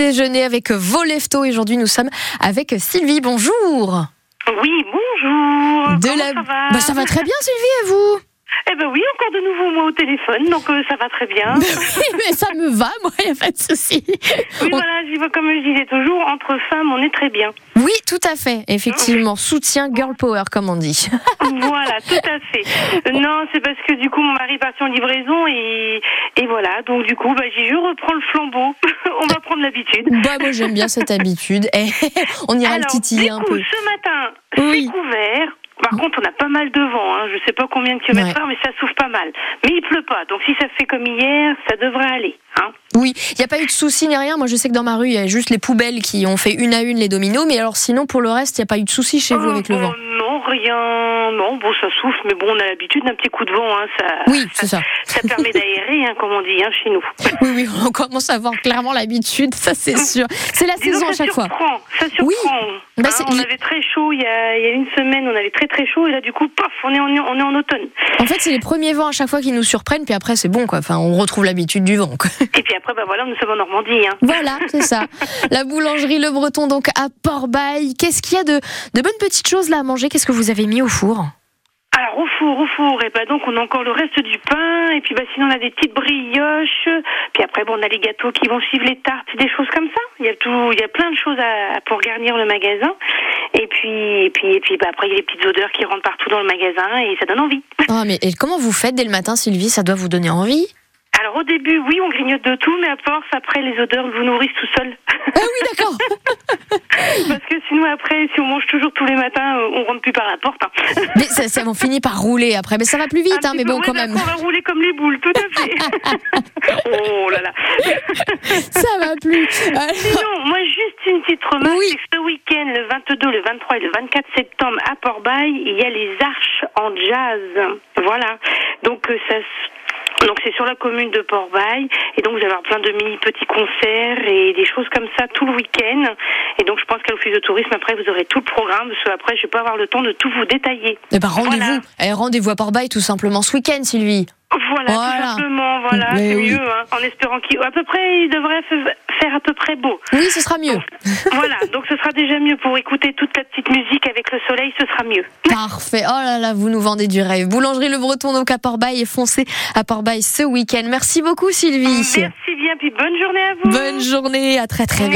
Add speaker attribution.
Speaker 1: déjeuner avec vos leftos. Et aujourd'hui, nous sommes avec Sylvie. Bonjour.
Speaker 2: Oui, bonjour.
Speaker 1: De
Speaker 2: Comment
Speaker 1: la-
Speaker 2: ça va
Speaker 1: Bah, ça va très bien, Sylvie, et vous
Speaker 2: Eh ben oui, encore de nouveau moi au téléphone, donc euh, ça va très bien.
Speaker 1: Mais ça me va, moi, il n'y a pas de souci.
Speaker 2: Oui,
Speaker 1: On-
Speaker 2: voilà, j'y vais comme je disais toujours, entre femmes, on est très bien.
Speaker 1: Oui, tout à fait, effectivement. Soutien girl power, comme on dit.
Speaker 2: voilà, tout à fait. Euh, Non, c'est parce que du coup, mon mari est parti en livraison et, et voilà, donc du coup, bah, j'ai je reprends le flambeau. on va prendre l'habitude.
Speaker 1: Bah, moi, j'aime bien cette habitude. Eh, on ira le
Speaker 2: Alors,
Speaker 1: titiller
Speaker 2: du
Speaker 1: un
Speaker 2: coup,
Speaker 1: peu.
Speaker 2: ce matin,
Speaker 1: Oui.
Speaker 2: c'est couvert. Par contre, on a pas mal de vent. Hein. Je sais pas combien de kilomètres
Speaker 1: Ouais.
Speaker 2: heure, mais ça souffle pas mal. Mais il pleut pas, donc si ça fait comme hier, ça devrait aller. Hein.
Speaker 1: Oui, il n'y a pas eu de souci ni rien. Moi, je sais que dans ma rue, il y a juste les poubelles qui ont fait une à une les dominos. Mais alors, sinon, pour le reste, il n'y a pas eu de souci chez vous
Speaker 2: Euh,
Speaker 1: avec le
Speaker 2: bon,
Speaker 1: vent.
Speaker 2: Non, rien. Non, bon, ça souffle, mais bon, on a l'habitude d'un petit coup de vent. Hein, ça,
Speaker 1: Oui, c'est ça.
Speaker 2: ça permet d'aérer, hein, comme on dit, hein, chez nous.
Speaker 1: Oui, oui, on commence à avoir clairement l'habitude, ça c'est sûr. C'est la
Speaker 2: Disons
Speaker 1: saison
Speaker 2: que
Speaker 1: à
Speaker 2: ça
Speaker 1: chaque fois.
Speaker 2: surprend, Ça surprend.
Speaker 1: Oui. Bah,
Speaker 2: hein,
Speaker 1: c'est-
Speaker 2: on avait très chaud il y, a, il y a une semaine, on avait très très chaud, et là, du coup, pof, on est en, on est en automne.
Speaker 1: En fait, c'est les premiers vents à chaque fois qui nous surprennent, puis après c'est bon, quoi. Enfin, on retrouve l'habitude du vent. Quoi.
Speaker 2: Et puis après, bah voilà, nous sommes en Normandie. Hein.
Speaker 1: Voilà, c'est ça. La boulangerie Le Breton, donc à Port-Bail. Qu'est-ce qu'il y a de, de bonnes petites choses là à manger Qu'est-ce que vous avez mis au four
Speaker 2: Alors au four, au four, Ah, et bah donc on a encore le reste du pain, et puis bah sinon on a des petites brioches, puis après bon on a les gâteaux qui vont suivre les tartes, des choses comme ça. Il y a tout, il y a plein de choses à, à- pour garnir le magasin, et puis et puis et puis bah après il y a les petites odeurs qui rentrent partout dans le magasin et ça donne envie.
Speaker 1: Ah, mais et comment vous faites dès le matin, Sylvie Ça doit vous donner envie
Speaker 2: Alors au début oui on grignote de tout, mais à force après les odeurs vous nourrissent tout seul,
Speaker 1: Ah oui, d'accord.
Speaker 2: parce que sinon après si on mange toujours tous les matins euh, on rentre plus par la porte. hein.
Speaker 1: Mais ça, ça, on finit par rouler après. Mais ça va plus
Speaker 2: Un
Speaker 1: vite, hein,
Speaker 2: petit
Speaker 1: mais
Speaker 2: peu,
Speaker 1: bon,
Speaker 2: oui,
Speaker 1: quand
Speaker 2: d'accord,
Speaker 1: même.
Speaker 2: On va rouler comme les boules, tout à fait. oh là là.
Speaker 1: Ça va plus. Alors,
Speaker 2: Non, moi juste une petite remarque.
Speaker 1: Oui.
Speaker 2: c'est que Ce week-end, le 22, le 23 et le 24 septembre à Port-Bail, il y a les Arches en jazz. Voilà. Donc euh, ça. se- Donc c'est sur la commune de Port-Bail et donc vous allez avoir plein de mini petits concerts et des choses comme ça tout le week-end et donc je pense qu'à l'office de tourisme après vous aurez tout le programme parce que après je vais pas avoir le temps de tout vous détailler
Speaker 1: eh ben, rendez-vous.
Speaker 2: Voilà.
Speaker 1: Eh, rendez-vous à Port-Bail tout simplement ce week-end, Sylvie.
Speaker 2: voilà,
Speaker 1: Voilà.
Speaker 2: tout simplement voilà
Speaker 1: Mais
Speaker 2: c'est
Speaker 1: oui.
Speaker 2: mieux hein, en espérant qu'il à peu près il devrait fa- faire à peu près beau
Speaker 1: Oui, ce sera mieux.
Speaker 2: Voilà, donc ce sera déjà mieux pour écouter toute la petite musique avec le soleil, ce sera mieux.
Speaker 1: Parfait. Oh là là, vous nous vendez du rêve. Boulangerie Le Breton, donc à Port-Bail, et foncez à Port-Bail ce week-end. Merci beaucoup, Sylvie.
Speaker 2: Merci bien, puis bonne journée à vous.
Speaker 1: Bonne journée. À très très vite.